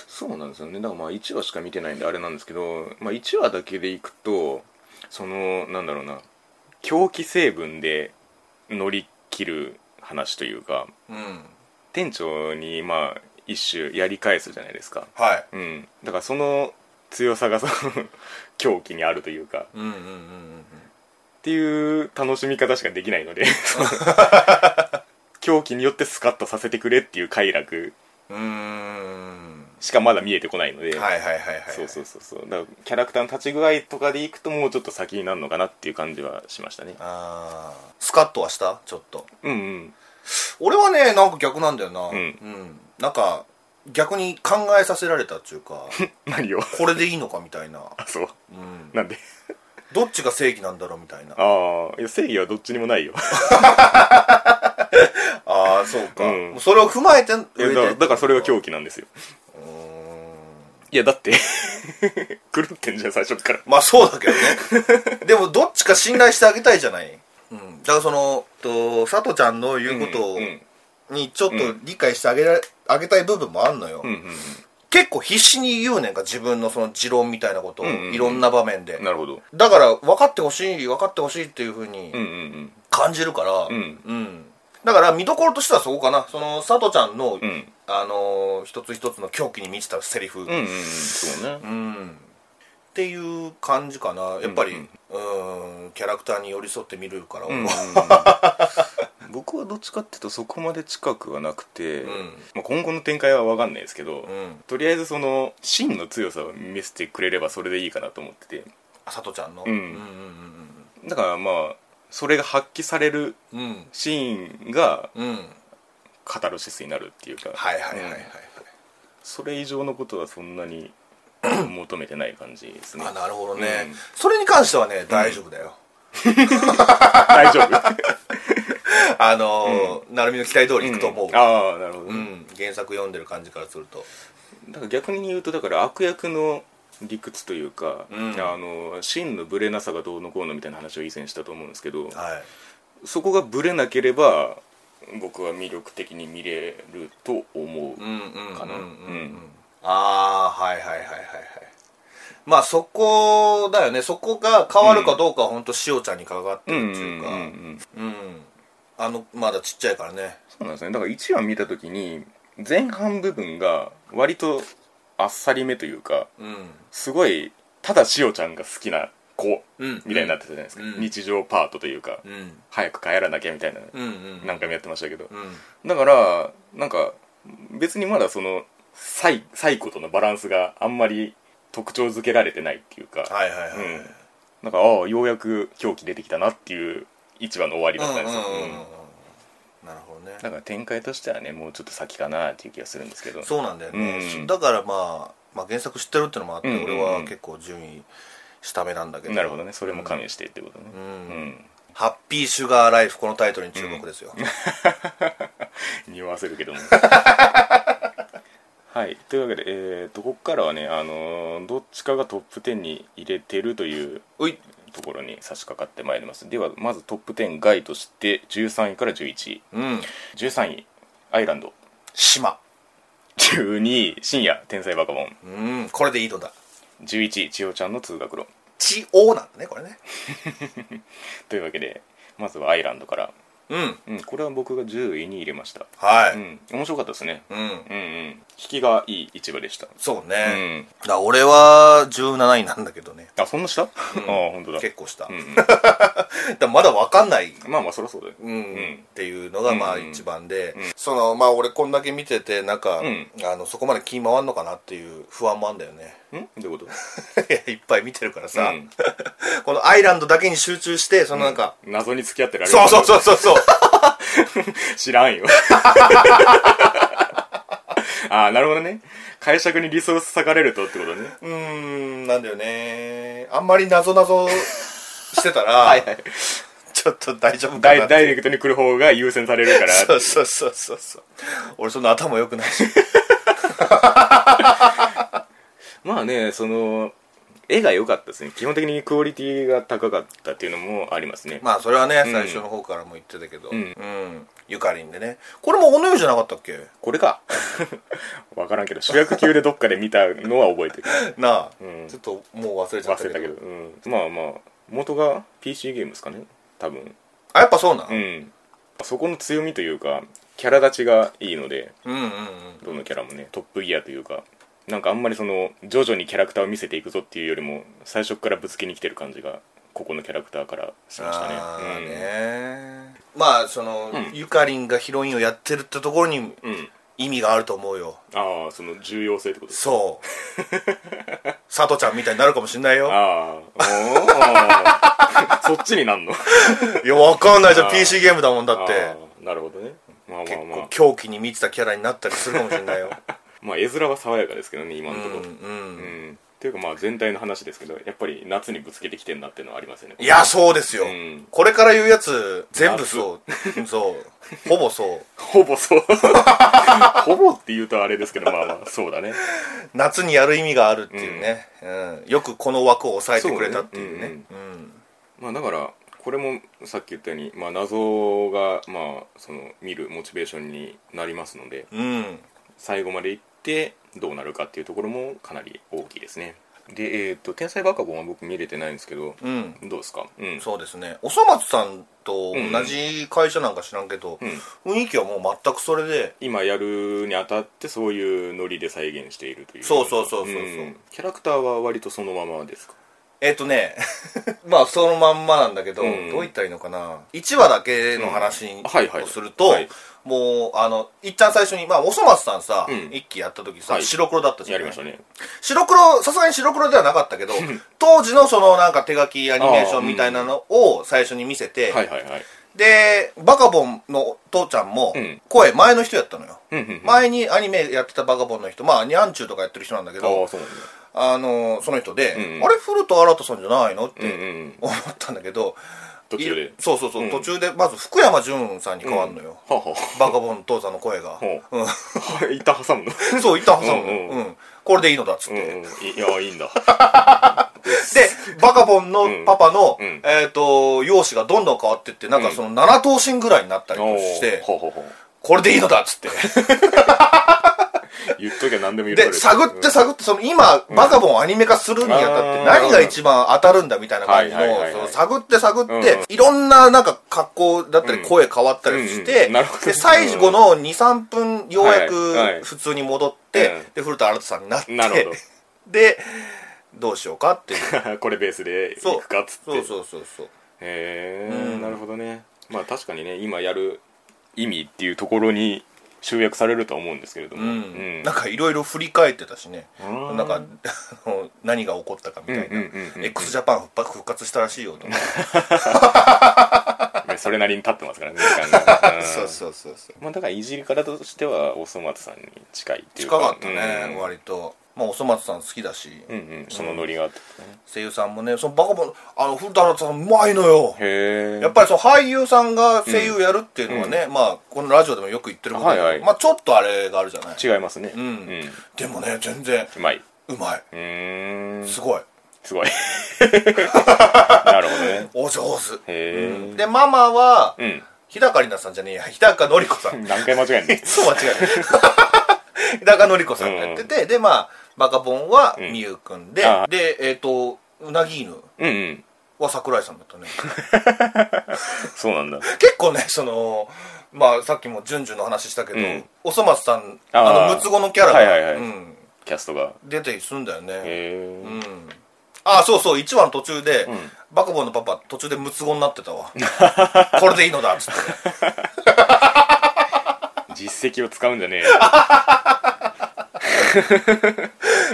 Speaker 1: そうなんですよねだからまあ1話しか見てないんであれなんですけど、まあ、1話だけでいくとそのなんだろうな狂気成分で乗り切る話というか
Speaker 2: うん、
Speaker 1: 店長にまあ一種やり返すじゃないですか
Speaker 2: はい
Speaker 1: うんだからその強さがその狂気にあるというか
Speaker 2: うんうんうんう
Speaker 1: っ
Speaker 2: ん
Speaker 1: ていう楽しみ方しかできないので狂気によってスカッとさせてくれっていう快楽
Speaker 2: うんうーん
Speaker 1: しかまだ見えてこないので、
Speaker 2: はいはいはいはい
Speaker 1: そうそうそうそうだからキャラクターの立ち具合とかでいくともうちょっと先になるのかなっていう感じはしましたね
Speaker 2: あースカッとはしたちょっと
Speaker 1: うんうん
Speaker 2: 俺はねなんか逆なんだよなうんなんか逆に考えさせられたっていう か
Speaker 1: 何を
Speaker 2: これでいいのかみたいな、
Speaker 1: あそう
Speaker 2: うん、
Speaker 1: なんで
Speaker 2: どっちが正義なんだろうみたいなあ
Speaker 1: ああいや正義はどっちにもないよ
Speaker 2: あーそうか、
Speaker 1: うん
Speaker 2: それを踏まえて
Speaker 1: いや
Speaker 2: 上
Speaker 1: だから
Speaker 2: で
Speaker 1: だからそれが狂気なんですよ
Speaker 2: うーん
Speaker 1: いやだって 狂ってんじゃん最初から
Speaker 2: まあそうだけどね でもどっちか信頼してあげたいじゃない、うん、だからそのと佐都ちゃんの言うことを
Speaker 1: うん
Speaker 2: にちょっと理解してあげられ、あげたい部分もあんのよ、
Speaker 1: うんうん
Speaker 2: 結構必死に言うねんか自分のその持論みたいなことを、
Speaker 1: うんうんうん
Speaker 2: いろんな場面で
Speaker 1: うんなるほど
Speaker 2: だから分かってほしい分かってほしいっていうふうに
Speaker 1: うんうん
Speaker 2: 感じるから
Speaker 1: うんうん
Speaker 2: うんだから見どころとしてはそこかなその佐都ちゃんの、
Speaker 1: うん
Speaker 2: あのー一つ一つの狂気に満ちたセリフ
Speaker 1: うんうんうんそうね
Speaker 2: うんっていう感じかなやっぱり
Speaker 1: うん
Speaker 2: うーんキャラクターに寄り添って見るから、
Speaker 1: うん 僕はどっちかっていうとそこまで近くはなくて、
Speaker 2: ん
Speaker 1: まあ、今後の展開は分かんないですけど、
Speaker 2: うん
Speaker 1: とりあえずその真の強さを見せてくれればそれでいいかなと思ってて
Speaker 2: 佐都ちゃんの
Speaker 1: うん
Speaker 2: うん
Speaker 1: だからまあそれが発揮される
Speaker 2: うんうん
Speaker 1: シーンが
Speaker 2: うんうん
Speaker 1: カタルシスになるっていうか
Speaker 2: はいはいはいはいは
Speaker 1: うん、
Speaker 2: い
Speaker 1: それ以上のことはそんなに求めてない感じですね
Speaker 2: あなるほどね、
Speaker 1: うん
Speaker 2: それに関してはね大丈夫だよ、
Speaker 1: 大丈 夫
Speaker 2: あのー成美の期待通りいくと思う、
Speaker 1: ああなるほど、
Speaker 2: うん、原作読んでる感じからすると
Speaker 1: だから逆に言うとだから悪役の理屈というか、
Speaker 2: うん
Speaker 1: あの真のブレなさがどうのこうのみたいな話を以前したと思うんですけど
Speaker 2: はい
Speaker 1: そこがブレなければ僕は魅力的に見れると思う
Speaker 2: うんうん
Speaker 1: かな
Speaker 2: う
Speaker 1: うん
Speaker 2: うん
Speaker 1: んうん
Speaker 2: ああはいはいはいはいはいまあそこだよねそこが変わるかどうかは本当しおちゃんにかかって
Speaker 1: うん
Speaker 2: る
Speaker 1: う
Speaker 2: っていうんか
Speaker 1: うん
Speaker 2: うんあのまだちっちゃいからね
Speaker 1: そうなんですねだから1話見た時に前半部分が割とあっさりめというか
Speaker 2: うん
Speaker 1: すごいただしおちゃんが好きな子
Speaker 2: うん
Speaker 1: みたいになってたじゃないですか、
Speaker 2: うん
Speaker 1: 日常パートというか、
Speaker 2: うん
Speaker 1: 早く帰らなきゃみたいな
Speaker 2: うんうん
Speaker 1: 何回もやってましたけど
Speaker 2: うん
Speaker 1: だからなんか別にまだそのサイサイコとのバランスがあんまり特徴づけられてないっていうか、
Speaker 2: はいはいはい
Speaker 1: うん、なんかああようやく狂気出てきたなっていう一話の終わりだったんですよ、
Speaker 2: うんうんうん
Speaker 1: う
Speaker 2: うん
Speaker 1: ん
Speaker 2: なるほどね
Speaker 1: だから展開としてはねもうちょっと先かなっていう気がするんですけど
Speaker 2: そうなんだよね、
Speaker 1: うん
Speaker 2: だからまあ、まあ、原作知ってるってのもあって、
Speaker 1: うんうんうん
Speaker 2: 俺は結構順位下目なんだけど
Speaker 1: なるほどねそれも加味してってことね
Speaker 2: うん
Speaker 1: うん
Speaker 2: ハッピーシュガーライフこのタイトルに注目ですよ、
Speaker 1: 匂わせるけども はいというわけで、えー、とここからはね、あのーどっちかがトップ10に入れてるという
Speaker 2: うい
Speaker 1: ところに差し掛かってまいりますではまずトップ10外として13位から11位
Speaker 2: うん
Speaker 1: 13位アイランド
Speaker 2: 島
Speaker 1: 12位深夜天才バカボン
Speaker 2: うんこれでいいのだ
Speaker 1: 11位千代ちゃんの通学路
Speaker 2: 地王なんだねこれね
Speaker 1: というわけでまずはアイランドから、
Speaker 2: うん
Speaker 1: うん、これは僕が10位に入れました
Speaker 2: は
Speaker 1: う
Speaker 2: い
Speaker 1: ん面白かったですね
Speaker 2: うん、
Speaker 1: うんうん引きがいい市場でした
Speaker 2: そう
Speaker 1: う
Speaker 2: ね、
Speaker 1: ん
Speaker 2: だから俺は17位なんだけどね
Speaker 1: あそんなした、ああ本当だ
Speaker 2: 結構した、
Speaker 1: うんうん
Speaker 2: だからまだ分かんない
Speaker 1: まあまあそりゃそうだよ
Speaker 2: うん
Speaker 1: うん
Speaker 2: っていうのがまあ
Speaker 1: うん
Speaker 2: 一番で、そのまあ俺こんだけ見ててなんか、
Speaker 1: うん
Speaker 2: あのそこまで気回んのかなっていう不安もあんだよね
Speaker 1: んどういうこと
Speaker 2: いやいっぱい見てるからさ、
Speaker 1: うん
Speaker 2: このアイランドだけに集中してそのなんか、
Speaker 1: 謎に付き合ってられる
Speaker 2: そうそうそうそうそう
Speaker 1: 知ら んよああなるほどね解釈にリソース割かれるとってことね
Speaker 2: うーんなんだよねあんまりなぞなぞしてたら ちょっと大丈夫
Speaker 1: ダ
Speaker 2: かな
Speaker 1: イ
Speaker 2: って
Speaker 1: ダイレクトに来る方が優先されるから
Speaker 2: そうそうそうそうそう俺そんな頭良くない し
Speaker 1: まあねその絵が良かったですね基本的にクオリティが高かったっていうのもありますね、
Speaker 2: まあそれはね
Speaker 1: ん
Speaker 2: 最初の方からも言ってたけどうんん、ゆかりんでねこれも小野湯じゃなかったっけ
Speaker 1: これか わからんけど主役級でどっかで見たのは覚えて る
Speaker 2: なあ、
Speaker 1: うん
Speaker 2: ちょっともう忘れちゃっ
Speaker 1: 忘
Speaker 2: た
Speaker 1: れ
Speaker 2: けど
Speaker 1: たけど、うん、まあまあ元が PC ゲームですかね多分
Speaker 2: あやっぱそうなん、
Speaker 1: うんそこの強みというかキャラ立ちがいいので
Speaker 2: うん、うんうん
Speaker 1: どのキャラもねトップギアというかなんかあんまりその徐々にキャラクターを見せていくぞっていうよりも最初からぶつけに来てる感じがここのキャラクターからしましたね
Speaker 2: ああ
Speaker 1: うん
Speaker 2: ねまあその、
Speaker 1: ん
Speaker 2: ゆかりんがヒロインをやってるってところに
Speaker 1: うん
Speaker 2: 意味があると思うよ
Speaker 1: ああその重要性ってことです
Speaker 2: そう 佐都ちゃんみたいになるかもしんないよ
Speaker 1: ああ おーそっちになんの
Speaker 2: いやわかんないじゃん
Speaker 1: あ
Speaker 2: PC ゲームだもんだっ
Speaker 1: あ
Speaker 2: て
Speaker 1: ーなるほどねまあま
Speaker 2: 結
Speaker 1: あま
Speaker 2: 構
Speaker 1: あ
Speaker 2: 狂気に満ちたキャラになったりするかもしれないよ
Speaker 1: まあ絵面は爽やかですけどね今
Speaker 2: う
Speaker 1: のところ
Speaker 2: んうん
Speaker 1: うん、っていうかまあ全体の話ですけどやっぱり夏にぶつけてきてんなっていうのはありますよね
Speaker 2: いや、そうですよ。
Speaker 1: うん
Speaker 2: これから言うやつ、全部そう。そう。ほぼそう。
Speaker 1: ほぼ そうほぼって言うとあれですけどまあまあそうだね
Speaker 2: 夏にやる意味があるっていうね。うん。よくこの枠を抑えてくれたっていうね。
Speaker 1: まあだからこれもさっき言ったように、まあ、謎がまあその見るモチベーションになりますので
Speaker 2: うん。うん。
Speaker 1: 最後まで行ってどうなるかっていうところもかなり大きいですねでえっ、と「天才バカボン」は僕見れてないんですけど、
Speaker 2: うん。
Speaker 1: どうですかうん
Speaker 2: そうですね。おそ松さんと同じ会社なんか知らんけど、
Speaker 1: うん
Speaker 2: 雰囲気はもう全くそれで、
Speaker 1: 今やるにあたってそういうノリで再現しているという
Speaker 2: そうそうそうそうそうん
Speaker 1: キャラクターは割とそのままですか
Speaker 2: えっ、とね、 まあそのまんまなんだけど、
Speaker 1: うん
Speaker 2: どう言ったらいいのかな。1話だけの話
Speaker 1: うんはいはい
Speaker 2: をすると、
Speaker 1: はい
Speaker 2: もう、あの、いっちゃん最初に、まあ、おそ松さんさ、
Speaker 1: うん
Speaker 2: 一期やった時さ、
Speaker 1: はい
Speaker 2: 白黒だったじゃ
Speaker 1: や
Speaker 2: ん
Speaker 1: りましたね
Speaker 2: 白黒、さすがに白黒ではなかったけど、当時のそのなんか手書きアニメーションみたいなのを最初に見せて、
Speaker 1: はいはいはい
Speaker 2: で、バカボンの父ちゃんも
Speaker 1: うん
Speaker 2: 声前の人やったのよ。
Speaker 1: うんうんうん
Speaker 2: 前にアニメやってたバカボンの人、まあ、ニャンチューとかやってる人なんだ
Speaker 1: あ
Speaker 2: けど
Speaker 1: あ、そうなんだ
Speaker 2: あの、その人で、
Speaker 1: うんうん
Speaker 2: あれ、古田新太さんじゃないのっ
Speaker 1: うんう
Speaker 2: て
Speaker 1: んうん
Speaker 2: 思ったんだけど、
Speaker 1: 途中で
Speaker 2: いそうそうそう、
Speaker 1: うん
Speaker 2: 途中で、まず福山潤さんに変わるのよ。
Speaker 1: はあはあ
Speaker 2: バカボンの父さんの声が。
Speaker 1: ほう
Speaker 2: うん。
Speaker 1: 一旦挟むの
Speaker 2: そう、一旦挟むの
Speaker 1: うんう
Speaker 2: よ。 うん。これでいいのだっつっ
Speaker 1: うん
Speaker 2: て。
Speaker 1: うんいいやいいんだ
Speaker 2: で、バカボンのパパの、
Speaker 1: うんうん
Speaker 2: えっ、と、容姿がどんどん変わってって、なんかその7頭身ぐらいになったり
Speaker 1: お
Speaker 2: と
Speaker 1: お
Speaker 2: かして、
Speaker 1: ほうほうほう
Speaker 2: これでいいのだっつって。
Speaker 1: 言っときゃ何でも言
Speaker 2: で、探って探って、その今、バカボンをアニメ化するにあ
Speaker 1: あ
Speaker 2: たって、
Speaker 1: ー
Speaker 2: 何が一番当たるんだみたいな感じの
Speaker 1: はいはいはいはい、
Speaker 2: その探って探っ
Speaker 1: うん
Speaker 2: て、いろんななんか格好だったり
Speaker 1: うん
Speaker 2: 声変わったりし
Speaker 1: う
Speaker 2: て、
Speaker 1: んなるほど
Speaker 2: で、最後の2、3分ようや
Speaker 1: はいはい
Speaker 2: く普通に戻って
Speaker 1: うん、
Speaker 2: で、古田新太さんになっ
Speaker 1: なる
Speaker 2: て、で、どうしようか っていう。
Speaker 1: ほ どこれベースでい
Speaker 2: そう
Speaker 1: くかっつって
Speaker 2: そう
Speaker 1: う
Speaker 2: そうそうそう。
Speaker 1: へえ
Speaker 2: うん
Speaker 1: なるほどねまあ確かにね今やる意味っていうところに集約されるとは思うんですけれども
Speaker 2: う
Speaker 1: うんん
Speaker 2: なんかいろいろ振り返ってたしね、
Speaker 1: うん
Speaker 2: なんかあの何が起こったかみたいな、
Speaker 1: うんうんうんうん
Speaker 2: x ジャパン復活復活したらしいよとか、
Speaker 1: それなりに立ってますからね時間 がん
Speaker 2: そうそうそうそう
Speaker 1: まあだからいじり方としてはおそ松さんに近いっていう
Speaker 2: 近
Speaker 1: か
Speaker 2: かったね、
Speaker 1: うん
Speaker 2: 割と。まあ、おそ松さん好きだし、
Speaker 1: うんうんそのノリがあって
Speaker 2: 声優さんもねそのバカボンあの古田新太さんうまいのよ
Speaker 1: へえ
Speaker 2: やっぱりその俳優さんが声優やるっていうのはね、まあこのラジオでもよく言ってることだけど、
Speaker 1: はいはい
Speaker 2: まあちょっとあれがあるじゃない、
Speaker 1: 違いますねうんう
Speaker 2: でもね全然
Speaker 1: まいう
Speaker 2: まい
Speaker 1: うんーん
Speaker 2: すごい
Speaker 1: す ごいなるほどね
Speaker 2: お上手
Speaker 1: へえ
Speaker 2: でママは、
Speaker 1: うん
Speaker 2: 日高里奈さんじゃねえや日高のり子さん
Speaker 1: 何回間違えんの
Speaker 2: そう間違え ない高典子さんがやってて、でまあバカボンはみゆくんで、
Speaker 1: あ
Speaker 2: でえっ、とうなぎ
Speaker 1: う
Speaker 2: 犬
Speaker 1: んうん
Speaker 2: は桜井さんだったね
Speaker 1: そうなんだ
Speaker 2: 結構ねそのまあさっきもジュンジュンの話したけど、
Speaker 1: うん
Speaker 2: おそ松さん
Speaker 1: あ
Speaker 2: あ
Speaker 1: ー
Speaker 2: の六つ子のキャラが、
Speaker 1: はいはいはい
Speaker 2: うん、
Speaker 1: キャストが
Speaker 2: 出てすんだよね、
Speaker 1: へ
Speaker 2: うんあそうそう1話の途中で、
Speaker 1: ん
Speaker 2: バカボンのパパ途中で六つ子になってたわこれでいいのだっつって
Speaker 1: え実績を使うんじゃ ねえよ
Speaker 2: だか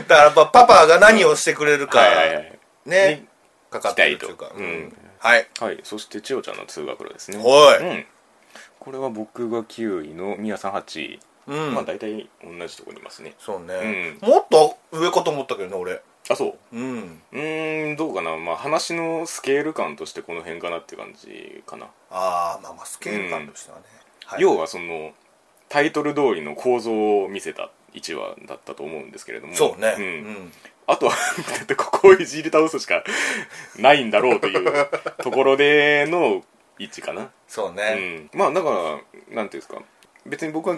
Speaker 2: らやっぱパパが何をしてくれるか、
Speaker 1: はいはいはい
Speaker 2: ねかかってるっていうか、
Speaker 1: 期待とうん
Speaker 2: はい
Speaker 1: はいそして千代ちゃんの通学路ですね
Speaker 2: おい
Speaker 1: うんこれは僕が9位の宮さん8位
Speaker 2: うん、
Speaker 1: まあ大体同じとこにいますね
Speaker 2: そうね、
Speaker 1: う
Speaker 2: もっと上かと思ったけどね俺
Speaker 1: あそう
Speaker 2: うん
Speaker 1: うーんどうかなまあ話のスケール感としてこの辺かなって感じかな、
Speaker 2: ああまあまあスケール感としてはね、はい、
Speaker 1: 要はそのタイトル通りの構造を見せた1話だったと思うんですけれども
Speaker 2: そうね、
Speaker 1: う
Speaker 2: うんん
Speaker 1: あとは だってここをいじり倒すしかないんだろうと いうところでの位置かな、
Speaker 2: そう
Speaker 1: う
Speaker 2: ね、
Speaker 1: ん、まあだからなんていうんですか別に僕は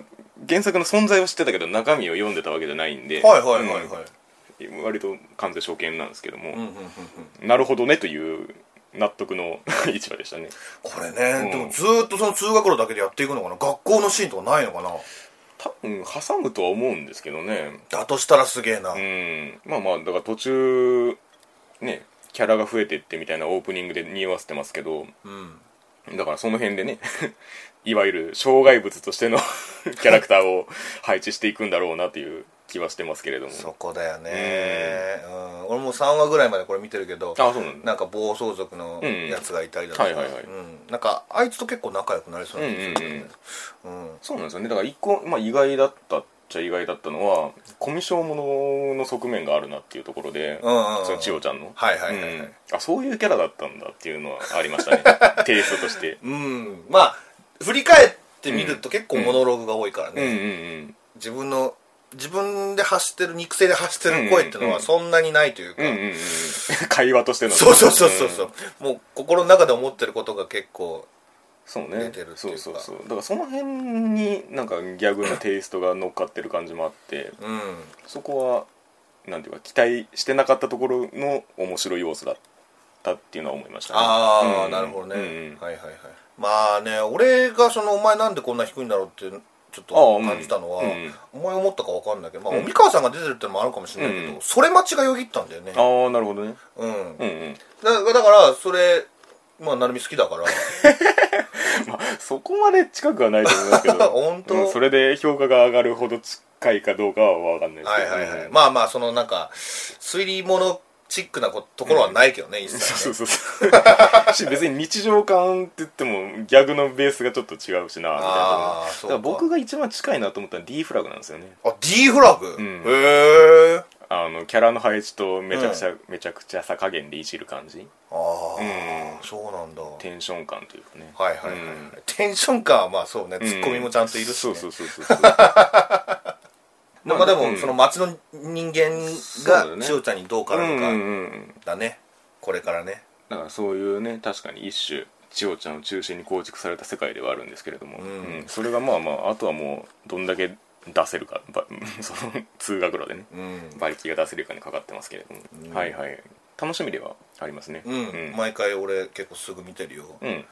Speaker 1: 原作の存在は知ってたけど中身を読んでたわけじゃないんで
Speaker 2: はいはいはいはい、
Speaker 1: うん割と完全初見なんですけども、
Speaker 2: うんうんうんうん、
Speaker 1: なるほどねという納得の 市場でしたね
Speaker 2: これね、
Speaker 1: うん
Speaker 2: でもずーっとその通学路だけでやっていくのかな学校のシーンとかないのかな
Speaker 1: 多分挟むとは思うんですけどね
Speaker 2: だとしたらすげえな、
Speaker 1: うんまあまあだから途中ねキャラが増えてってみたいなオープニングで匂わせてますけど
Speaker 2: うん
Speaker 1: だからその辺でね いわゆる障害物としての キャラクターを配置していくんだろうなという気はしてますけれども
Speaker 2: そこだよね、うん俺も3話ぐらいまでこれ見てるけど
Speaker 1: あそうなんだ
Speaker 2: なんか暴走族のやつがいたりだとか、
Speaker 1: うんはいはいはい
Speaker 2: うんなんかあいつと結構仲良くなりそうな気がするけどねうん
Speaker 1: そうなんですよねだから一個、まあ、意外だったっちゃ意外だったのはコミショものの側面があるなっていうところで、
Speaker 2: うんうんうん
Speaker 1: その千代ちゃんの、
Speaker 2: はいはいはいはい
Speaker 1: うんあそういうキャラだったんだっていうのはありま したねテイストとして
Speaker 2: うんまあ振り返ってみると結構モノローグが多いから
Speaker 1: うん
Speaker 2: ね、
Speaker 1: うんうん
Speaker 2: 自分の自分で発してる肉声で発してる声って
Speaker 1: う
Speaker 2: いうの
Speaker 1: んうんう
Speaker 2: は
Speaker 1: ん
Speaker 2: そんなにないというか、
Speaker 1: うんうんう ん会話としての
Speaker 2: そうそうそうそうそう、もう心の中で思ってることが結構
Speaker 1: そうね
Speaker 2: 出てるっていう
Speaker 1: そう
Speaker 2: か
Speaker 1: そうそうだからその辺になんかギャグのテイストが乗っかってる感じもあって
Speaker 2: うん
Speaker 1: そこはなんていうか期待してなかったところの面白い要素だったっていうのは思いましたね
Speaker 2: ああ、
Speaker 1: うん
Speaker 2: なるほどね、
Speaker 1: うんうん
Speaker 2: はいはいはいまあね俺がそのお前なんでこんな低いんだろうってちょっ
Speaker 1: ああ
Speaker 2: と
Speaker 1: うん
Speaker 2: 感じたのは、
Speaker 1: うん
Speaker 2: お前思ったか分かんないけど、まあ、
Speaker 1: うん
Speaker 2: 帯川さんが出てるってのもあるかもしれないけど、
Speaker 1: うん
Speaker 2: それ待ちがよぎったんだよね
Speaker 1: ああなるほどね
Speaker 2: うん
Speaker 1: うんうん
Speaker 2: だだからそれまあ成美好きだから
Speaker 1: まあそこまで近くはないと思いますけど
Speaker 2: 本当
Speaker 1: うんそれで評価が上がるほど近いかどうかは分かんないです
Speaker 2: は
Speaker 1: け
Speaker 2: い
Speaker 1: ど
Speaker 2: はいはい
Speaker 1: うん
Speaker 2: まあまあそのなんか推理ものチックなこところはないけどね、一切
Speaker 1: そ
Speaker 2: ね
Speaker 1: うそうそうし別に日常感って言ってもギャグのベースがちょっと違うしなみたいな
Speaker 2: ああそ
Speaker 1: だ
Speaker 2: う
Speaker 1: か
Speaker 2: から
Speaker 1: 僕が一番近いなと思ったのは D フラグなんですよね
Speaker 2: あ D フラグ、
Speaker 1: ん
Speaker 2: へえ
Speaker 1: あのキャラの配置とめちゃくちゃ、めちゃくちゃさ加減でいじる感じ
Speaker 2: ああ、
Speaker 1: うん
Speaker 2: そうなんだはい
Speaker 1: テンション感というかね
Speaker 2: はいはい、はい
Speaker 1: うん
Speaker 2: テンション感はまあそうね
Speaker 1: うん
Speaker 2: ツッコミもちゃんといるし、ね
Speaker 1: そうそうそうそうそうま
Speaker 2: まあまあでも、
Speaker 1: うん
Speaker 2: その町の人間
Speaker 1: そうだ
Speaker 2: が
Speaker 1: よね
Speaker 2: 千代ちゃんに
Speaker 1: う
Speaker 2: どう
Speaker 1: んう
Speaker 2: 絡む
Speaker 1: ん
Speaker 2: か
Speaker 1: うん
Speaker 2: だねこれからね
Speaker 1: だからそういうね確かに一種千代ちゃんを中心に構築された世界ではあるんですけれども、
Speaker 2: ん
Speaker 1: うんそれがまあまああとはもうどんだけ出せるかば その通学路でね
Speaker 2: うん、
Speaker 1: 馬力が出せるかにかかってますけれども、
Speaker 2: うん
Speaker 1: はいはい楽しみではありますね
Speaker 2: うん毎回俺結構すぐ見てるよ
Speaker 1: うん